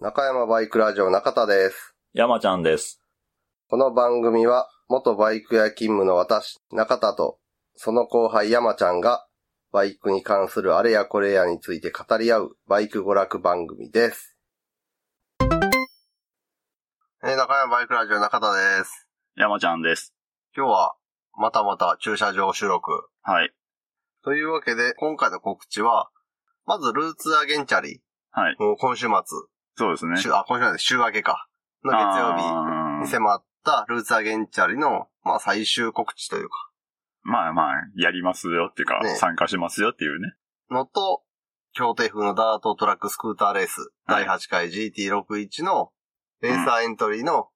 中山バイクラジオ中田です。山ちゃんです。この番組は、元バイク屋勤務の私、中田と、その後輩山ちゃんが、バイクに関するあれやこれやについて語り合う、バイク娯楽番組です。えー中山バイクラジオ中田です。山ちゃんです。今日は、またまた駐車場収録。はい。というわけで、今回の告知は、まず、ルーツアゲンチャリ。はい。もう今週末、そうですね。週、あ、今週末、週明けか。の月曜日。曜に。迫ったルーツアゲンチャリの、まあ最終告知というか、まあまあ、やりますよっていうか、ね参加しますよっていうね。のと、協定風のダートトラックスクーターレース、はい第8回 GT61 のレーサーエントリーの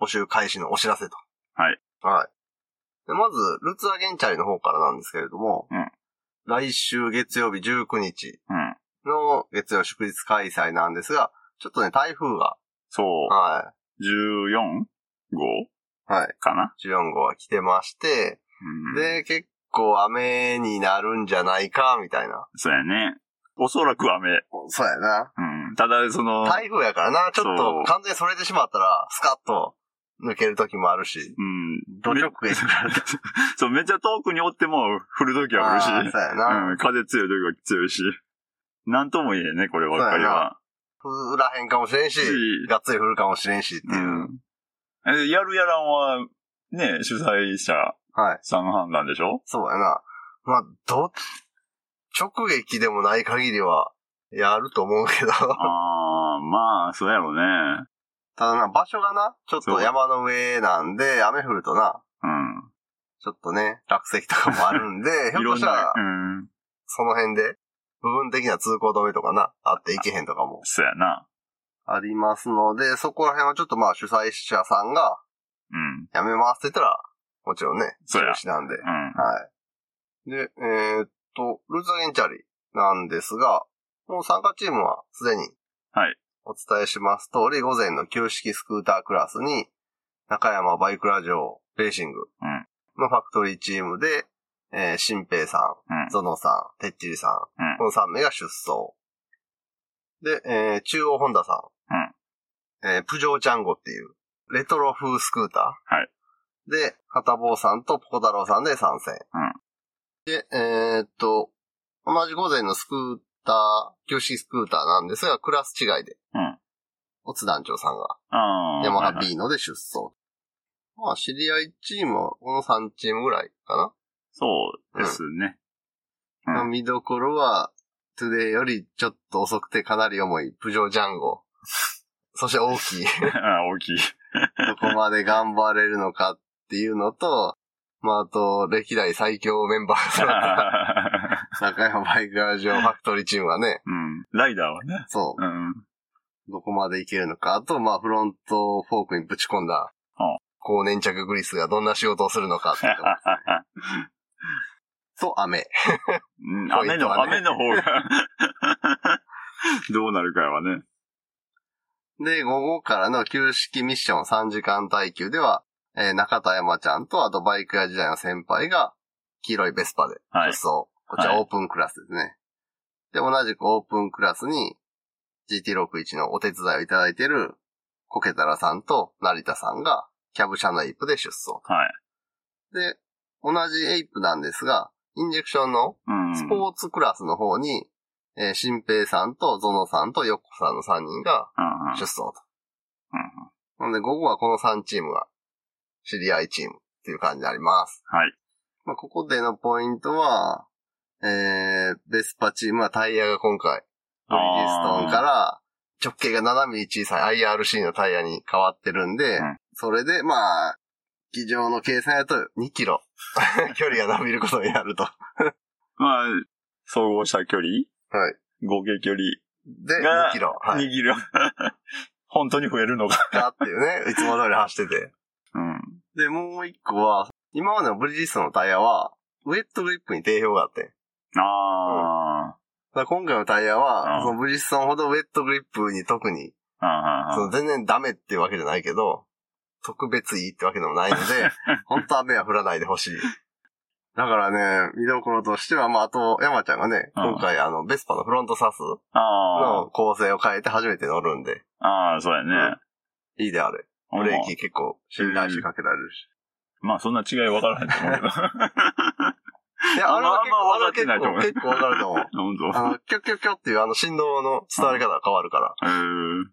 募集開始のお知らせと。はい。はい。でまず、ルーツアゲンチャリの方からなんですけれども、うん来週月曜日19日うん。の月曜祝日開催なんですが、ちょっとね、台風が、そはう、14号い、はい、かな、 14号は来てまして、うん、、で、結構雨になるんじゃないか、みたいな。そうやね。おそらく雨。そうやな。うん。ただ、その、台風やからな、ちょっそとう完全にそれてしまったら、スカッと抜ける時もあるし。うん。土直撃食らう そう、めっちゃ遠くにおっても降るときはあ降ーるしそ。うやな。うん。風強いときは強いし。なんとも言えね、こればっかりは。降らへんかもしれんし、しがっつり降るかもしれんしっていう。うん。え、やるやらんは、ね、主催者はい。さんの判断でしょそうやな。まあ、ど、直撃でもない限りは、やると思うけど。ああ、まあ、そうやろうね。 ただな、場所がな、ちょっと山の上なんで、雨降るとな、うちょっとね、落石とかもある んで、ひん。いょっろとんしたなら、、うん。その辺で、部分的な通行止めとかな、あっていけへんとかもそうやな。ありますので、そこら辺はちょっとまあ主催者さんがうん。やめますって言ったら、もちろんね、中そうや止なんで。うん。はい。で、えーっと、ルーズゲンチャリなんですが、もう参加チームはすでに、はい。お伝えします通り、午前の旧式スクータークラスに、中山バイクラジオレーシングうんのファクトリーチームで、えー、新平さん、うん。ゾノさん、てっちりさん、うんこの3名が出走。で、えー中央ホンダさん、えープジョーチャンゴっていう、レトロ風スクーター。はいで、片坊さんとポコ太郎さんで参戦。うんで、えーっと、同じ午前のスクーター、旧式スクーターなんですが、クラス違いで、うんオツ団長さんが、ああ。ヤマハはいはいビーノで出走。まあ、知り合いチームはこの3チームぐらいかな。そうですね。 うんの見どころは、トゥデイよりちょっと遅くてかなり重い、プジョージャンゴ。 そして大 きい。あ大きい。どこまで頑張れるのかっていうのと、まあ、あと、歴代最強メンバーが揃った、中山バイクラジオファクトリーチームはね、うん。ライダーはね。そうん。う、どこまでいけるのか。あと、まあ、フロントフォークにぶち込んだうん、高粘着グリスがどんな仕事をするのかって いうのと、雨。うんポイ雨ントの、はね雨の方が、どうなるかはね。で、午後からの旧式ミッション3時間耐久では、えー中田山ちゃんと、あとバイク屋時代の先輩が、黄色いベスパで、は出い走。こちらはいオープンクラスですね。で、同じくオープンクラスに、GT61 のお手伝いをいただいている、コケタラさんと成田さんが、キャブ車のエイプで出走。はい。で、同じエイプなんですが、インジェクションのうん。スポーツクラスの方に、えー新平さんとゾノさんとヨッコさんの3人がうんうん出走と。うんなので、午後はこの3チームが、知り合いチームっていう感じになります。はい。まあ、ここでのポイントは、えー、ベスパチームはタイヤが今回、ブリヂストンから直径が7ミリ小さい IRC のタイヤに変わってるんで、うんそれで、まあ、機上の計算やと2キロ 距離が伸びることになると。まあ、総合した距離はい。合計距離で、が2キロ。はい。握る。 本当に増えるのか。だっていうね、いつも通り走ってて。うん。で、もう一個は、今までのブリヂストンのタイヤは、ウェットグリップに定評があって。あだから今回のタイヤうは、んそのブリヂストンほどウェットグリップに特に、あ。あその全然ダメってわけじゃないけど、特別いいってわけでもないの で、本当雨は降らないでほしい。だからね、見どころとしては、まあ、あと、山ちゃんがね、うん今回あの、ベスパのフロントサスあ。ああの構成を変えて初めて乗るんで、。ああ、そうやね。いいであれ。ブレーキ結構信頼してかけられるし。うんまあ、そんな違い分からへんと思うけど。いや、あれは結 ま構、あまああれは結分かってないと思構、う結構わかると思う。本 当。あの、キョキョキョっていうあの振動の伝わり方が変わるから。えー、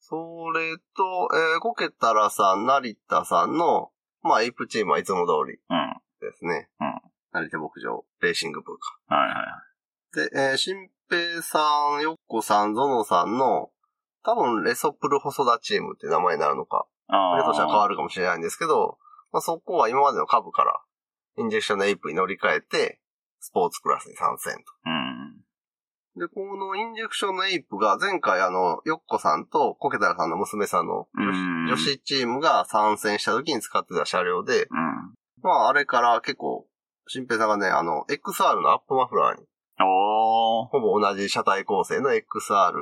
それと、えー、コケタラさん、成田さんの、まあ、エイプチームはいつも通りうん。はいですね。うん。成田牧場、レーシング部か。はで、い。えー、新平さん、よっこさん、ゾノさんの、多分、レソプル細田チームって名前になるのか、あプあ。レとしては変わるかもしれないんですけど、まあ、そこは今までの株から、インジェクションのエイプに乗り換えて、スポーツクラスに参戦うん。と。で、このインジェクションのエイプが、前回あの、よっこさんとコケタラさんの娘さんの女うん子女子チームが参戦した時に使ってた車両で、うん。まあ、あれから結構、新平さんがね、あの、XR のアップマフラーに、おー。ほぼ同じ車体構成の XR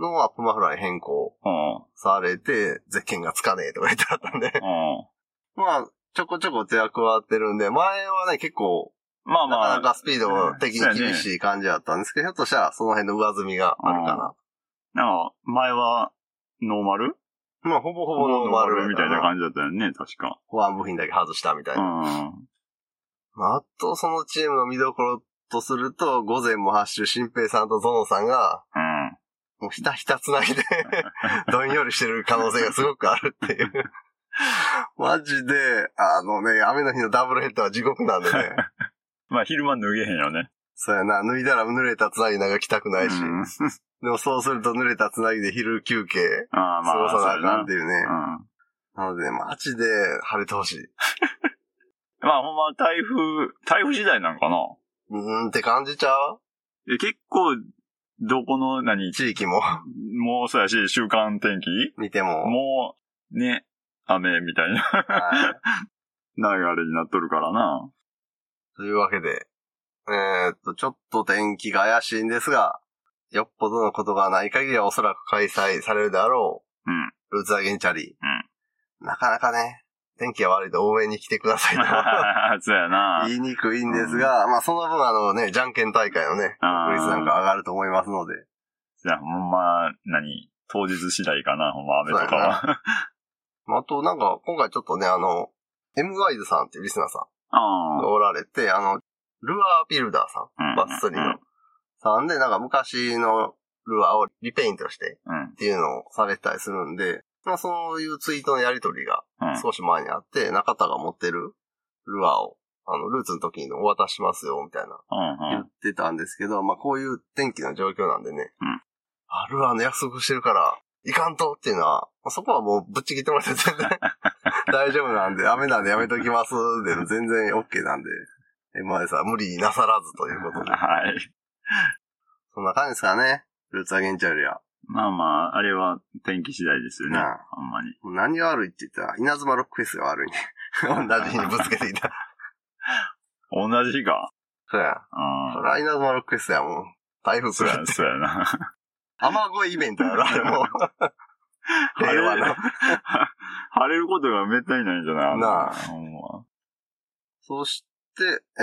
のアップマフラーに変更うん。されて、ゼッケンがつかねえとか言ってあったんで、 うん。まあ、ちょこちょこ手は加わってるんで、前はね、結構、まあなまかあ。なかスピード的に厳しい感じだったんですけど、ひょっとしたらその辺の上積みがあるかな。なんか、前は、ノーマルまあ、ほぼほぼノーマルみたいな感じだったよね、確か。保安部品だけ外したみたいうな。ん。まあ、あとそのチームの見どころとすると、午前も発出、新平さんとゾノさんが、うん。もうひたひたつない で、どんよりしてる可能性がすごくあるって いう。マジで、あのね、雨の日のダブルヘッダーは地獄なんで ね。まあ、昼間脱げへんよね。そうやな、脱いだら濡れたつなぎなんか着たくないし。うんでもそうすると濡れたつなぎで昼休憩、ああ、ま過あ、ごさなあかんってういうね。やな。うん。なので、マジで晴れてほしい。まあ、ほんま、台風、台風時代なんかなうーんって感じちゃうえ結構、どこの、何、地域ももうそうやし、週間天気見ても。もう、ね、雨みたいなはい 流れになっとるからな。 というわけで、えーっと、ちょっと天気が怪しいんですが、よっぽどのことがない限りはおそらく開催されるであろう。うん。ルーツアゲンチャリー。なかなかね、天気が悪いと応援に来てくださいと。そう やな。言いにくいんですが、まあその分あのね、じゃんけん大会のね、あー確率なんか上がると思いますので、じゃあ、ほんま、何、当日次第かな、ほんま、雨とかは。まああとなんか今回ちょっとね、あの、M ガイズさんっていうリスナーさんが あおられて、あの、ルアービルダーさあ。うんん、バッスリーの。さんで、なんか昔のルアーをリペイントしてうん。っていうのをされてたりするんで、まあそういうツイートのやりとりがうん。少し前にあって、中田が持ってるルアーを、あの、ルーツの時にお渡ししますよ、みたいなうん。う言ん。ってたんですけど、まあこういう天気の状況なんでね、うんあ、ルアーの約束してるから、いかんとっていうのは、まあ、そこはもうぶっちぎってもらって全然 大丈夫なんで、雨なんでやめときます、でも全然 OK なんで、えまあさ、無理なさらずということで、はい。そんな感じですかね、ルーツアゲンチャリア。まあまあ、あれは天気次第ですよね。なあほんまに。もう何が悪いって言ったら、稲妻ロックフェスが悪いね。同じ日にぶつけていた。同じ日か。 そうや。うん。ライナーズマロックスやもん。台風そう来るや、って。そうや な。雨乞いイベントやろ、あれも。晴れ平和な。 晴れることがめったにないんじゃないなあほんま。そして、え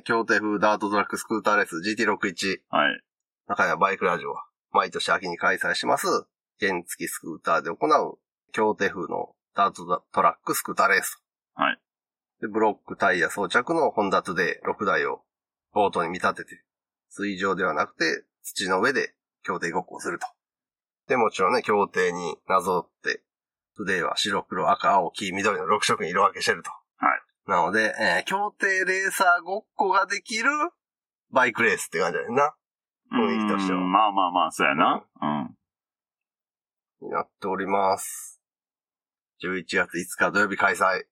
ー、京都風ダートトラックスクーターレース GT61。はい。中山バイクラジオは、毎年秋に開催します、原付スクーターで行う、京都風のダートトラックスクーターレース。はい。で、ブロックタイヤ装着のホンダトゥデイ6台を、ボートに見立てて、水上ではなくて、土の上で、協定ごっこをすると。で、もちろんね、協定になぞって、トゥデイは白、黒、赤、青、黄、緑の6色に色分けしてると。はい。なので、えー、協定レーサーごっこができる、バイクレースって感じだよな。雰囲気としてはうんまあまあまあ、そうやな。うん。になっております。11月5日土曜日開催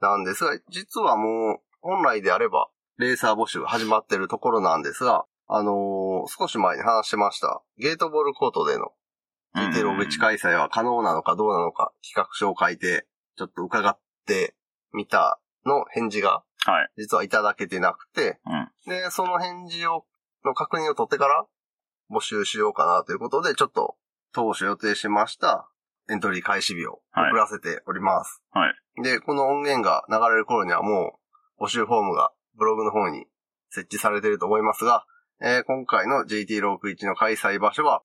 なんですが、実はもう本来であればレーサー募集が始まってるところなんですが、あのー少し前に話してました、ゲートボールコートでの GT ログチ開催は可能なのかどうなのか企画書を書いて、ちょっと伺ってみたの返事がはい。実はいただけてなくて、うんで、その返事を、の確認を取ってから募集しようかなということで、ちょっと当初予定しましたエントリー開始日をはい送らせております。はいで、この音源が流れる頃にはもう募集フォームがブログの方に設置されていると思いますが、えー今回の GT61 の開催場所は、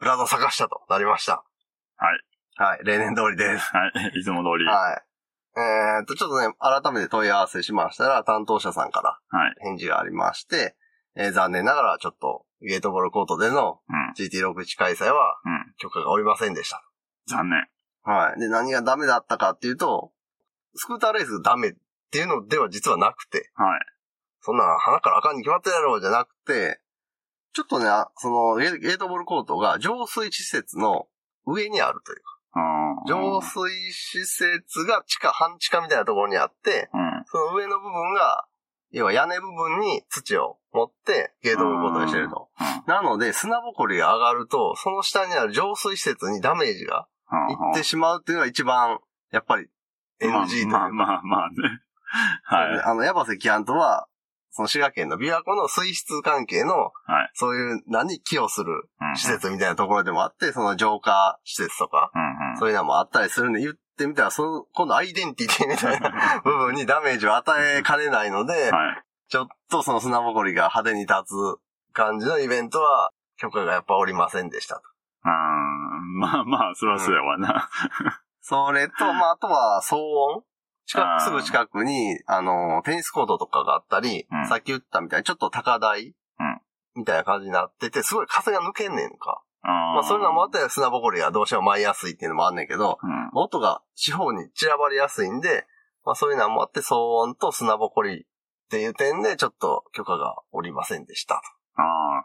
ブラド探したとなりました。はい。はい、例年通りです。はい。い つも通り。ははい。えーっと、ちょっとね、改めて問い合わせしましたら、担当者さんからい。返事がありまして、えー残念ながらちょっと、ゲートボールコートでのうん。 GT61 開催はうん。許可がおりませんでした。残念。はい。で、何がダメだったかっていうと、スクーターレースダメっていうのでは実はなくて、はい。そんな鼻からあかんに決まってるやろうじゃなくて、ちょっとね、あそのゲゲートボールコートが浄水施設の上にあるというあー浄水施設が地下、半地下みたいなところにあって、うん。その上の部分が、要は屋根部分に土を持ってゲートボールコートにしてると。うんなので、砂ぼこりが上がると、その下にある浄水施設にダメージがいはあっはてしまうっていうのが一番、やっぱり NG というまあか、まあまあね。 はい。あの、ヤバセキャントは、その滋賀県の琵琶湖の水質関係のはい、そういう何に寄与するうん施。設みたいなところでもあって、その浄化施設とか、うんうん。そういうのもあったりするんで、言ってみたら、その、今度アイデンティティみ たいな部分にダメージを与えかねないので、はい。ちょっとその砂ぼこりが派手に立つ感じのイベントは、許可がやっぱおりませんでしたと。あーまあまあ、そらそうやわな。それと、まあ、あとは騒音。近あく、ーすぐ近くに、あの、テニスコートとかがあったり、うんさっき言ったみたいに、ちょっと高台、うんみたいな感じになってて、すごい風が抜けんねんか。あ。まあ、そういうのもあってて、砂ぼこりがどうしても舞いやすいっていうのもあんねんけど、うん。音が四方に散らばりやすいんで、まあ、そういうのもあって、騒音と砂ぼこりっていう点で、ちょっと許可がおりませんでしたああ、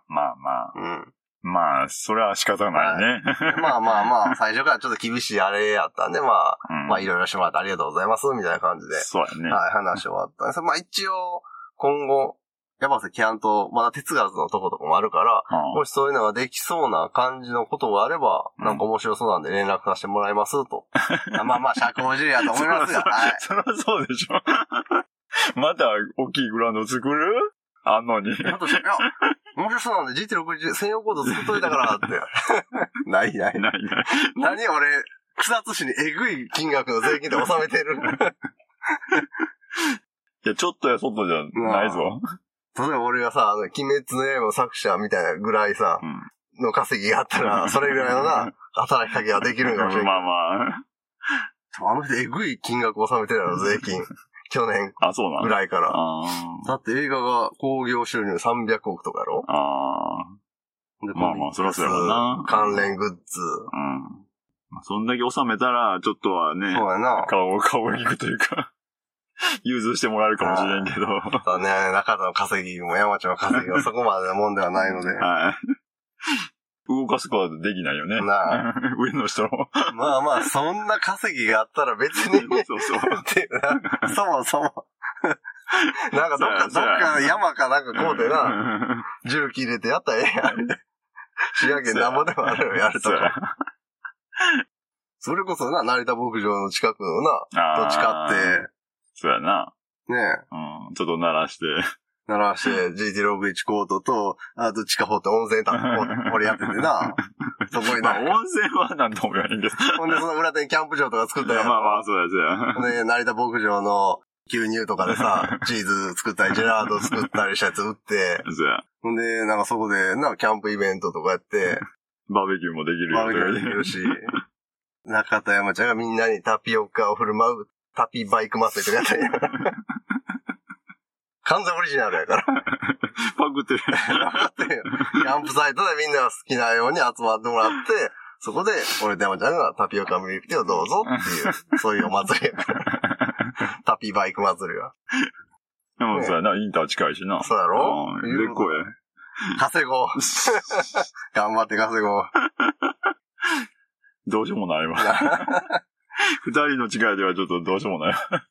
まあまあ。と。うん。まあ、それは仕方ないね。まあまあまあ、最初からちょっと厳しいあれやったんで、ま うあ、んまあ、いろいろしてもらってありがとうございます、みたいな感じで。そうやね。はい、話終わったんです。まあ一応、今後、山瀬キャンと、まだ哲学のとことかもあるから、うんもしそういうのができそうな感じのことがあれば、うんなんか面白そうなんで連絡させてもらいます と。あまあまあ、社交辞令やと思いますが、はい。そら そうそらそうでしょ。また大きいグラウンド作るあんのに。あと、いや、面白そうなんで GT60 専用コード作っといたからって。 ないなない。ない。何俺、草津市にえぐい金額の税金で納めてる。いや、ちょっとやそっとじゃないぞ。例えば俺がさ、あの、鬼滅の刃の作者みたいなぐらいさ、うんの稼ぎがあったら、それぐらいのな、働きかけができるんかもしれない。まあまあの人、えぐい金額納めてるやろ、税金。去年あ。あ、そうなぐんだ。らいから。あーだって映画が興行収入300億とかやろあでまあまあそらそうやろな関連グッズ。ー。うん。まあそんだけ収めたら、ちょっとはね、そうやな。顔を、顔を引くというか、 融通してもらえるかもしれんけど。はだね、中田の稼ぎも山ちゃんの稼ぎもそこまでのもんではないので。い。動かすことはできないよね。な 上の人の。 まあまあ、そんな稼ぎがあったら別にっそう そう。ていうな。 そもそも。 なんかどっか、どっそうやか山かなんかこうでな。な。重機入れてやったらええやん。 滋賀県なんぼでもあるよ、やるとそうやか。それこそな、成田牧場の近くのな、あーどっちかっそうやな。て、ねえ、うん。ちょっと鳴ら して。鳴らして GT61 コートと、あと地下掘って温泉た掘掘りやっててな、 そこにまあ、な、温泉はなんとも言わへんけど。ほんでその裏手にキャンプ場とか作った まやあん。まあ、そうや、そうや。 で、成田牧場の牛乳とかでさ、チーズ作ったり、ジェラート作ったりしたやつ売って、そうや。ほんで、なんかそこで、な、キャンプイベントとかやって、バーベキューもできるよバーベキューできるし、中田山ちゃんがみんなにタピオカを振る舞う、タピバイク祭りとかやったり。完全オリジナルやから。 パクって る。キャンプサイトでみんなが好きなように集まってもらって、そこで、俺と山ちゃんがタピオカミルクティーをどうぞっていう、そういうお祭りやから。タピバイク祭りは。でもそうやな、インター近いしな。そうやろんでっこえ。稼ごう。 頑張って稼ごう。どうしようもないわ。 二人の違いではちょっとどうしようもないわ。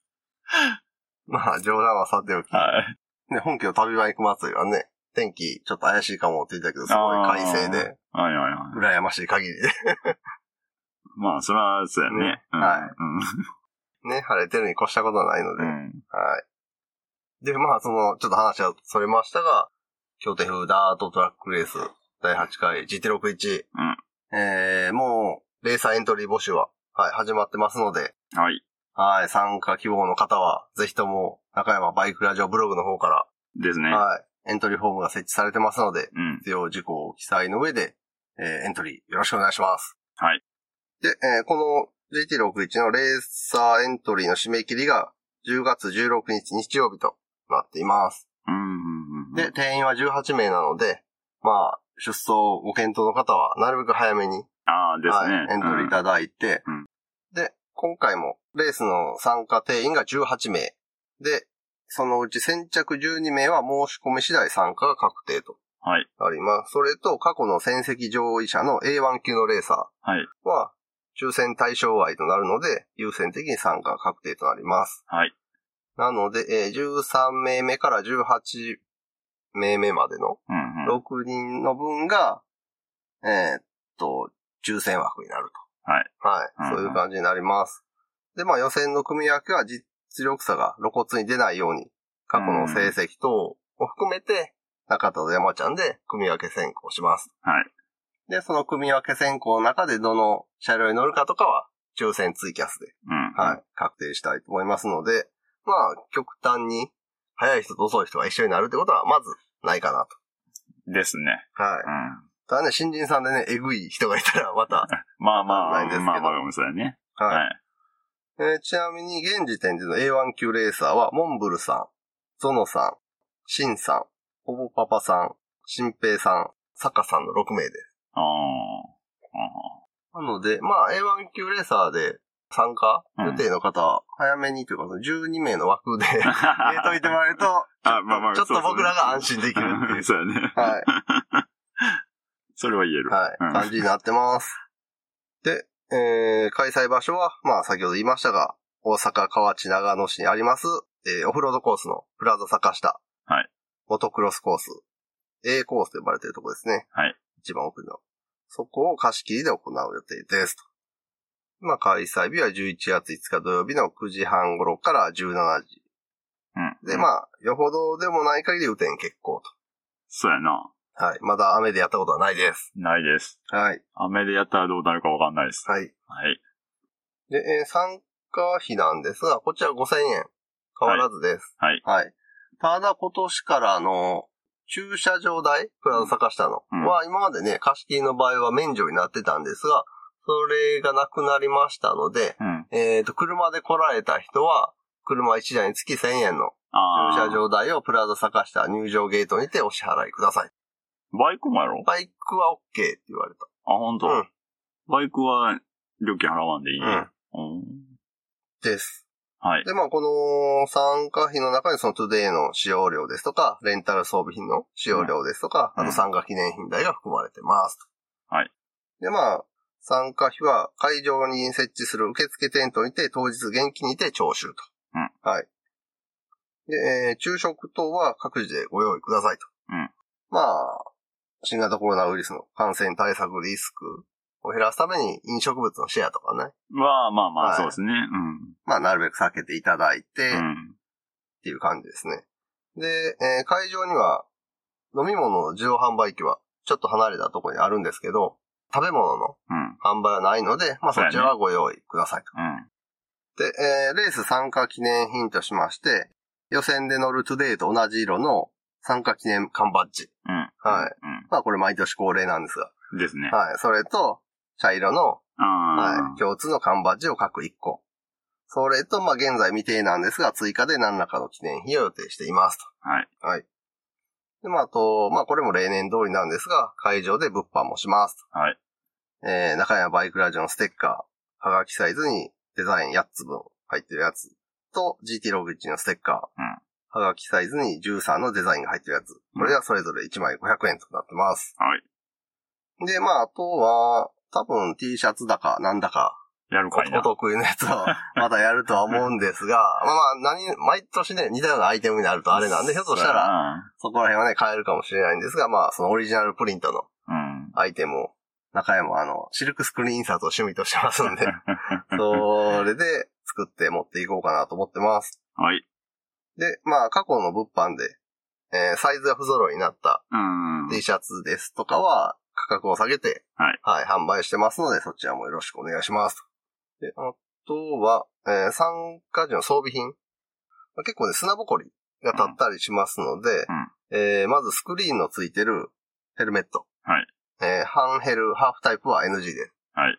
まあ、冗談はさておき。はい。ね、本家の旅バイク祭りはね、天気ちょっと怪しいかもって言ってたけど、すごい快晴で、はいはいはい。羨ましい限りで。 まあ、そら、そうやねね。うんはいね、晴れてるに越したことはないので、うん。うん。はい。で、まあ、その、ちょっと話はそれましたが、京都風ダートトラックレース第8回 GT61。うんえー、もう、レーサーエントリー募集は、はい、始まってますので、はい。はい、参加希望の方は、ぜひとも、中山バイクラジオブログの方かですね。ら、はい、エントリーフォームが設置されてますので、うん。必要事項を記載の上で、えーエントリーよろしくお願いします。はい。で、えーこの GT61 のレーサーエントリーの締め切りが10月16日日曜日となっています。うんうんうん。で、、定員は18名なので、まあ、出走ご検討の方はなるべく早めにああ、ですね。はい、エントリーいただいて、うんうんで、今回もレースの参加定員が18名。で、そのうち先着12名は申し込み次第参加が確定とはい。なります。それと過去の戦績上位者の A1 級のレーサはい。ーは抽選対象外となるので、優先的に参加が確定となります。はい。なので、えー13名目から18名目までのうんうん。 6人の分が、えーっと、抽選枠になると。はい。はい。うんそういう感じになります。で、まあ予選の組み分けは実力差が露骨に出ないように、過去の成績等を含めて、中田と山ちゃんで組み分け選考します。はい。で、その組み分け選考の中でどの車両に乗るかとかは、抽選ツイキャスで、うん。はい、確定したいと思いますので、まあ、極端に、早い人と遅い人が一緒になるってことは、まず、ないかなですね。と。はい。うん。ただね、新人さんでね、えぐい人がいたら また。まあまわかあ、んないですけどまあまあ、ごめんなさいね。はいはい。えーちなみに、現時点での A1 級レーサーは、モンブルさん、ゾノさん、シンさん、ほぼパパさん、シンペイさん、サカさんの6名です。ああ。なので、まあ、A1 級レーサーで参加うん予定の方は、早めにというか、その12名の枠 で 入入れといてもらえると、あ まあまあちょっそうとそう僕らが安心できるっていう。 そうやね。はい。それは言える。はい、うん感じになってます。で、えー、開催場所は、まあ先ほど言いましたが、大阪河内長野市にあります、えー、オフロードコースのプラザ坂下。はい。モトクロスコース。A コースと呼ばれているところですね。はい。一番奥の。そこを貸し切りで行う予定です。とまあ開催日は11月5日土曜日の9時半頃から17時。うん。で、まあ、よほどでもない限り雨天決行そうやな。と。はい。まだ雨でやったことはないです。ないです。はい。雨でやったらどうなるかわかんないです。はい。はい。で、えー参加費なんですが、こちら5000円。変わらずです。はいはい。ただ今年からの、駐車場代、プラザ坂下の、うんは今までね、貸し切りの場合は免除になってたんですが、それがなくなりましたので、うん。えっ、と、車で来られた人は、車1台につき1000円のああ。駐車場代をプラザ坂下入場ゲートにてお支払いください。バイクもやろバイクは OK って言われた。あ、ほんとうん。バイクは料金払わんでいいね。うん。です。はい。 で、まあ、この参加費の中にそのトゥデイの使用料ですとか、レンタル装備品の使用料ですとか、うんあと参加記念品代が含まれてます。はい。で、まあ、参加費は会場に設置する受付テントにて当日現金にて徴収と。うんはい。で、えー昼食等は各自でご用意くださいと。うんまあ、新型コロナウイルスの感染対策リスクを減らすために飲食物のシェアとかね、まあまあまはあ、いそうですね。うん。まあ、なるべく避けていただいて、うん。っていう感じですね。で、えー会場には飲み物の自動販売機はちょっと離れたところにあるんですけど、食べ物のうん。販売はないので、まあそうやそねちらはご用意くださいと。うん。で、えーレース参加記念品としまして、予選で乗るトゥデイと同じ色の参加記念缶バッジ。うん。はいまあこれ毎年恒例なんですが。うん。ですね。はい。それと、茶色の、あはい、共通の缶バッジを各1個。それと、まあ現在未定なんですが、追加で何らかの記念品を予定していますと。あ。はい。で、まあ、あと、まあ、これも例年通りなんですが、会場で物販もします。はい。えー、中山バイクラジオのステッカー、はがきサイズにデザイン8つ分入ってるやつと、GT61 のステッカー、うんはがきサイズに13のデザインが入ってるやつ。これがそれぞれ1枚500円となってます。はい。で、まあ、あとは、多分 T シャツだか、なんだか、やるおかいな。お得意のやつをまだやるとは思うんです が、まあまあ、何、毎年ね、似たようなアイテムになるとあれなんで、ひょっとしたら、ら。そこら辺はね、変えるかもしれないんですが、まあ、そのオリジナルプリントのうん。アイテムを、中山はあの、シルクスクリーン印刷を趣味としてますん で、それで作って持っていこうかなと思ってます。はい。で、まあ、過去の物販で、えーサイズが不揃いになったうん。 T シャツですとかは、価格を下げて、はい販売してますので、そちらもよろしくお願いします。で、あとは、えー参加時の装備品。まあ結構ね、砂ぼこりが立ったりしますので、んえーまずスクリーンのついてるヘルメット。はいええーハンヘル、ハーフタイプは NG です。はい。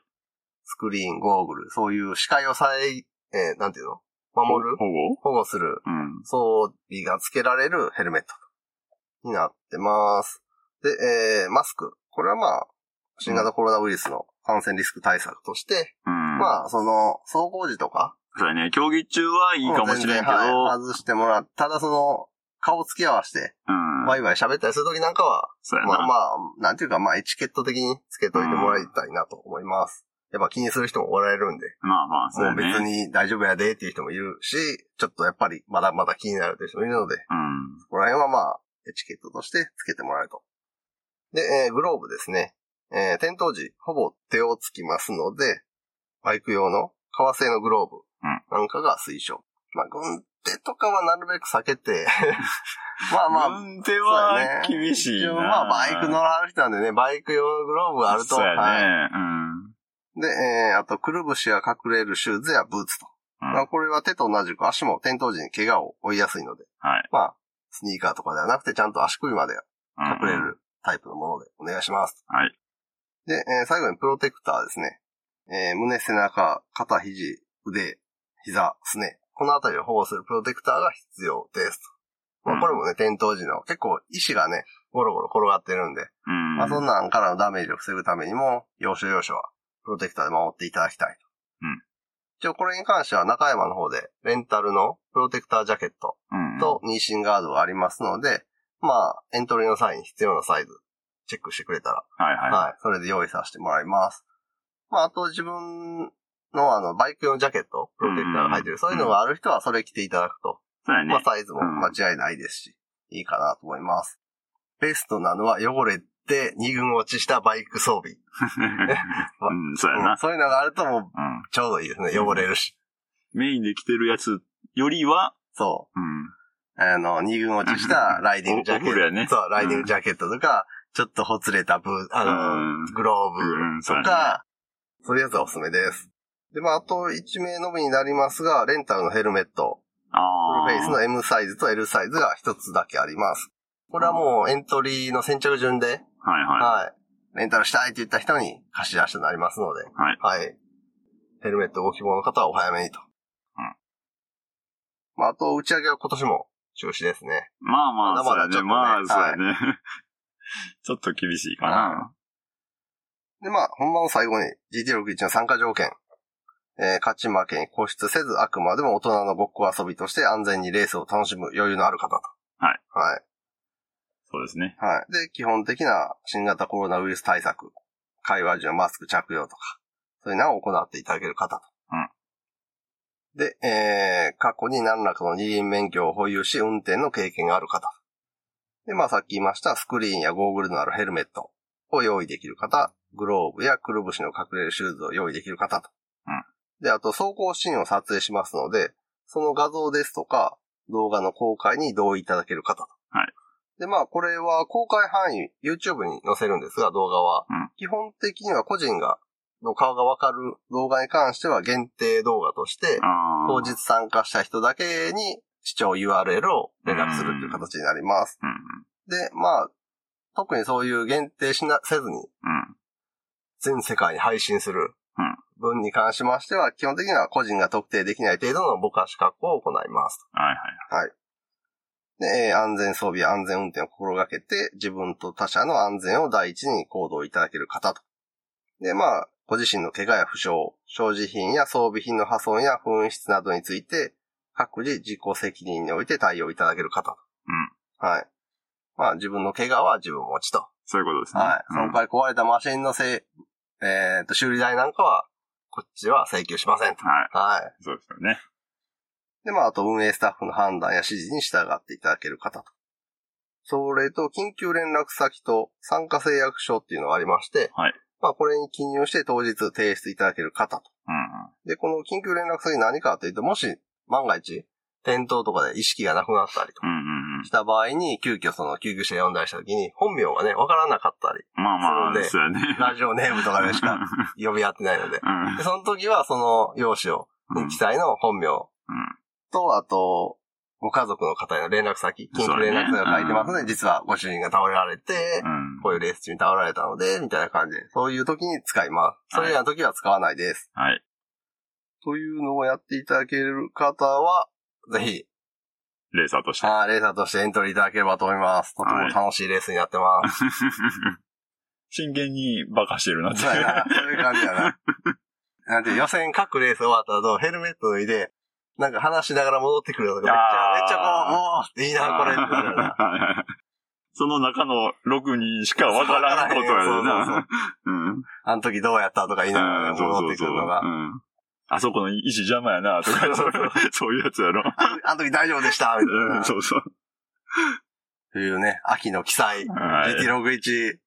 スクリーン、ゴーグル、そういう視界をさえ、えーなんていうの守る保護保護するうん。装備がつけられるヘルメットになってます。で、えーマスク。これはまあ、新型コロナウイルスの感染リスク対策として、うん。あ。まあ、その、走行時とか、そうやね。競技中はいいかもしれんけど、もう全然はい外してもらう。ただその、顔つき合わせて、うん。ワイワイ喋ったりするときなんかは、そうやな。まあまあ、なんていうか、まあ、エチケット的につけといてもらいたいなと思います。やっぱ気にする人もおられるんで、まあまあ、そうもやうね。別に大丈夫やでっていう人もいるし、ちょっとやっぱりまだまだ気になるという人もいるので、うん。ここら辺はまあ、エチケットとしてつけてもらえると。で、えーグローブですね。えー点灯時、ほぼ手をつきますので、バイク用の革製のグローブなんかが推奨。まあ、軍手とかはなるべく避け て、まあまあ、軍手そうだはね厳しい一な。応まあ、バイク乗られる人なんでね、バイク用のグローブがあると。そうやね。はいうん。で、えーあと、くるぶしや隠れるシューズやブーツと。うんまあ、これは手と同じく足も転倒時に怪我を負いやすいので、はい。まあ、スニーカーとかではなくて、ちゃんと足首までうん隠れ。るタイプのものでお願いします。はい。で、えー最後にプロテクターですね。えー胸、背中、肩、肘、腕、膝、すね。このあたりを保護するプロテクターが必要です。まうあ、んこれもね、転倒時の結構石がね、ゴロゴロ転がってるんで、うん。まあ、そんなんからのダメージを防ぐためにも、要所要所はプロテクターで守っていただきたいと。うん。一応これに関しては中山の方で、レンタルのプロテクタージャケットうん。と妊娠ガードがありますので、まあ、エントリーの際に必要なサイズ、チェックしてくれたら、はいはい。はい、それで用意させてもらいます。まあ、あと自分のあの、バイク用のジャケット、プロテクターが入ってる、そういうのがある人はそれ着ていただくと、そうやねまあ、。 サイズも間違いないですし、いいかなと思います。ベストなのは汚れて二軍落ちしたバイク装備。うん、そうやうんな。そういうのがあるともううん。ちょうどいいですね。汚れるし。メインで着てるやつよりは、そう。うん。あの、二軍落ちしたライディングジャケおおッ風ト。呂やねそう、ライディングジャケットとか、ちょっとほつれたブー、あの、うんグロうーんブとそうやねか、そういうやつがおすすめです。で、まあ、あと1名のみになりますが、レンタルのヘルメット、フああ。ルフェイスの M サイズと L サイズが1つだけあります。これはもうエントリーの先着順で、はいははい。レンタルしたいって言った人に貸し出しとなりますので、はいヘルメットご希望の方はお早めにと。うんまあ、あと、打ち上げは今年も中止ですね。い。まあまあ、そうやね。ままだあ、まだちょっとねそうやね。 ちょっと厳しいかな。で、まあ、本番の最後に GT61 の参加条件。えー勝ち負けに固執せず、あくまでも大人のごっこ遊びとして安全にレースを楽しむ余裕のある方と。はい。はい。そうですね。はい。で、基本的な新型コロナウイルス対策、会話時のマスク着用とか、そういうのを行っていただける方と。うんで、えー、過去に何らかの二輪免許を保有し、運転の経験がある方。で、まあさっき言いました、スクリーンやゴーグルのあるヘルメットを用意できる方、グローブやくるぶしの隠れるシューズを用意できる方と。うんで、あと走行シーンを撮影しますので、その画像ですとか、動画の公開に同意いただける方と。で、まあ、これは公開範囲、YouTube に載せるんですが、動画は。うん基本的には個人が、の顔がわかる動画に関しては限定動画として、ああ。当日参加した人だけに視聴 URL を連絡するという形になります。うん。で、まあ、特にそういう限定しな、せずに、うん。全世界に配信するうん分に関しましては、基本的には個人が特定できない程度のぼかし加工を行います。はいはい。で、えー安全装備や安全運転を心がけて、自分と他者の安全を第一に行動いただける方と。で、まあ、ご自身の怪我や負傷、所持品や装備品の破損や紛失などについて、各自自己責任において対応いただける方と。うん。はい。まあ、自分の怪我は自分持ちと。そういうことですね。はい。そのうん回壊れたマシンのせい、えっと、修理代なんかは、こっちは請求しませんと。ははい。い。そうですよね。で、まあ、あと運営スタッフの判断や指示に従っていただける方と。それと、緊急連絡先と参加制約書っていうのがありまして、はいまあ、これに記入して当日提出いただける方と。うんで、この緊急連絡先何かというと、もし万が一、転倒とかで意識がなくなったりとかうん。うんうんうん。した場合に、急遽その救急車呼んだりした時に、本名がね、わからなかったり、 まあまあ、そうねそうやね。ラジオネームとかでしか呼び合ってないので。で、その時はその用紙をうん。うん記載の本名と、あと、ご家族の方への連絡先、緊そう急ね連絡先が書いてますので、実はご主人が倒れられて、うん。こういうレース中に倒られたので、みたいな感じで、そういう時に使います。それ以外の時は使わないです。はい。というのをやっていただける方は、ぜひ、レーサーとして。あーレーサーとしてエントリーいただければと思います。とても楽しいレースになってます。真剣にバカしてるなって。 そうやな。そういう感じやな。なんて、予選各レース終わった後、ヘルメット脱いで、なんか話しながら戻ってくるのとか、めっちゃ、あーめっちゃこう、おーいいな、これってなるよ な。その中の6人しかわからんことやでそうそうな。うん。あの時どうやったとか言いながらそう戻そってくうそう。るうのが、ん。あそこの石邪魔やな、とか、そうそういうやつやろ。ああの時大丈夫でした、みたいうんな。そうそう。というね、秋の記載、はい GT ログ1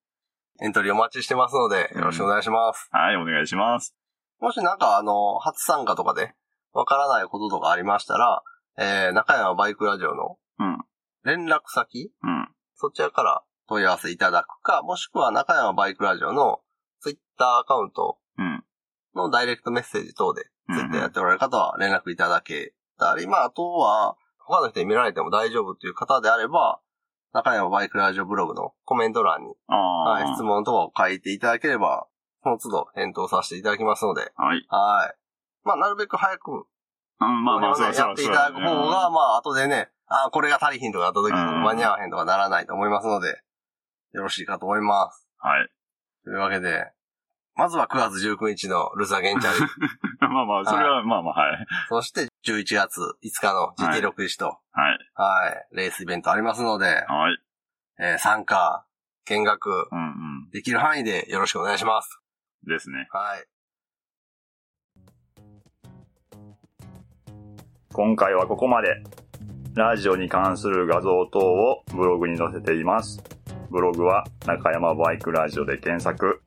エントリーお待ちしてますので、よろしくお願いします。はい、お願いします。もしなんかあの、初参加とかで、わからないこととかありましたら、えー、中山バイクラジオのうん、連絡先、うん。そちらから問い合わせいただくか、もしくは中山バイクラジオのツイッターアカウントうんのダイレクトメッセージ等で、うんツイッターやっておられる方は連絡いただけたり、まあ、あとは、他の人に見られても大丈夫という方であれば、中山バイクラジオブログのコメント欄に、ああ。はい、質問とかを書いていただければ、その都度返答させていただきますので、はい。はい。まあ、なるべく早く、うん、まあまあ、これそをうねそうやっていただく方が、まあ、後でね、あこれが足りひんとかあった時にうん間に合わへんとかならないと思いますので、よろしいかと思います。はい。というわけで、まずは9月19日のルサゲンチャ リ、 まあまあ、それは、まあまあ、はい。そして11月5日の GT61 と、はい、はい。レースイベントありますので、はい。えー参加、見学う、んうん。できる範囲でよろしくお願いします。ですね。はい。今回はここまで。ラジオに関する画像等をブログに載せています。ブログは中山バイクラジオで検索、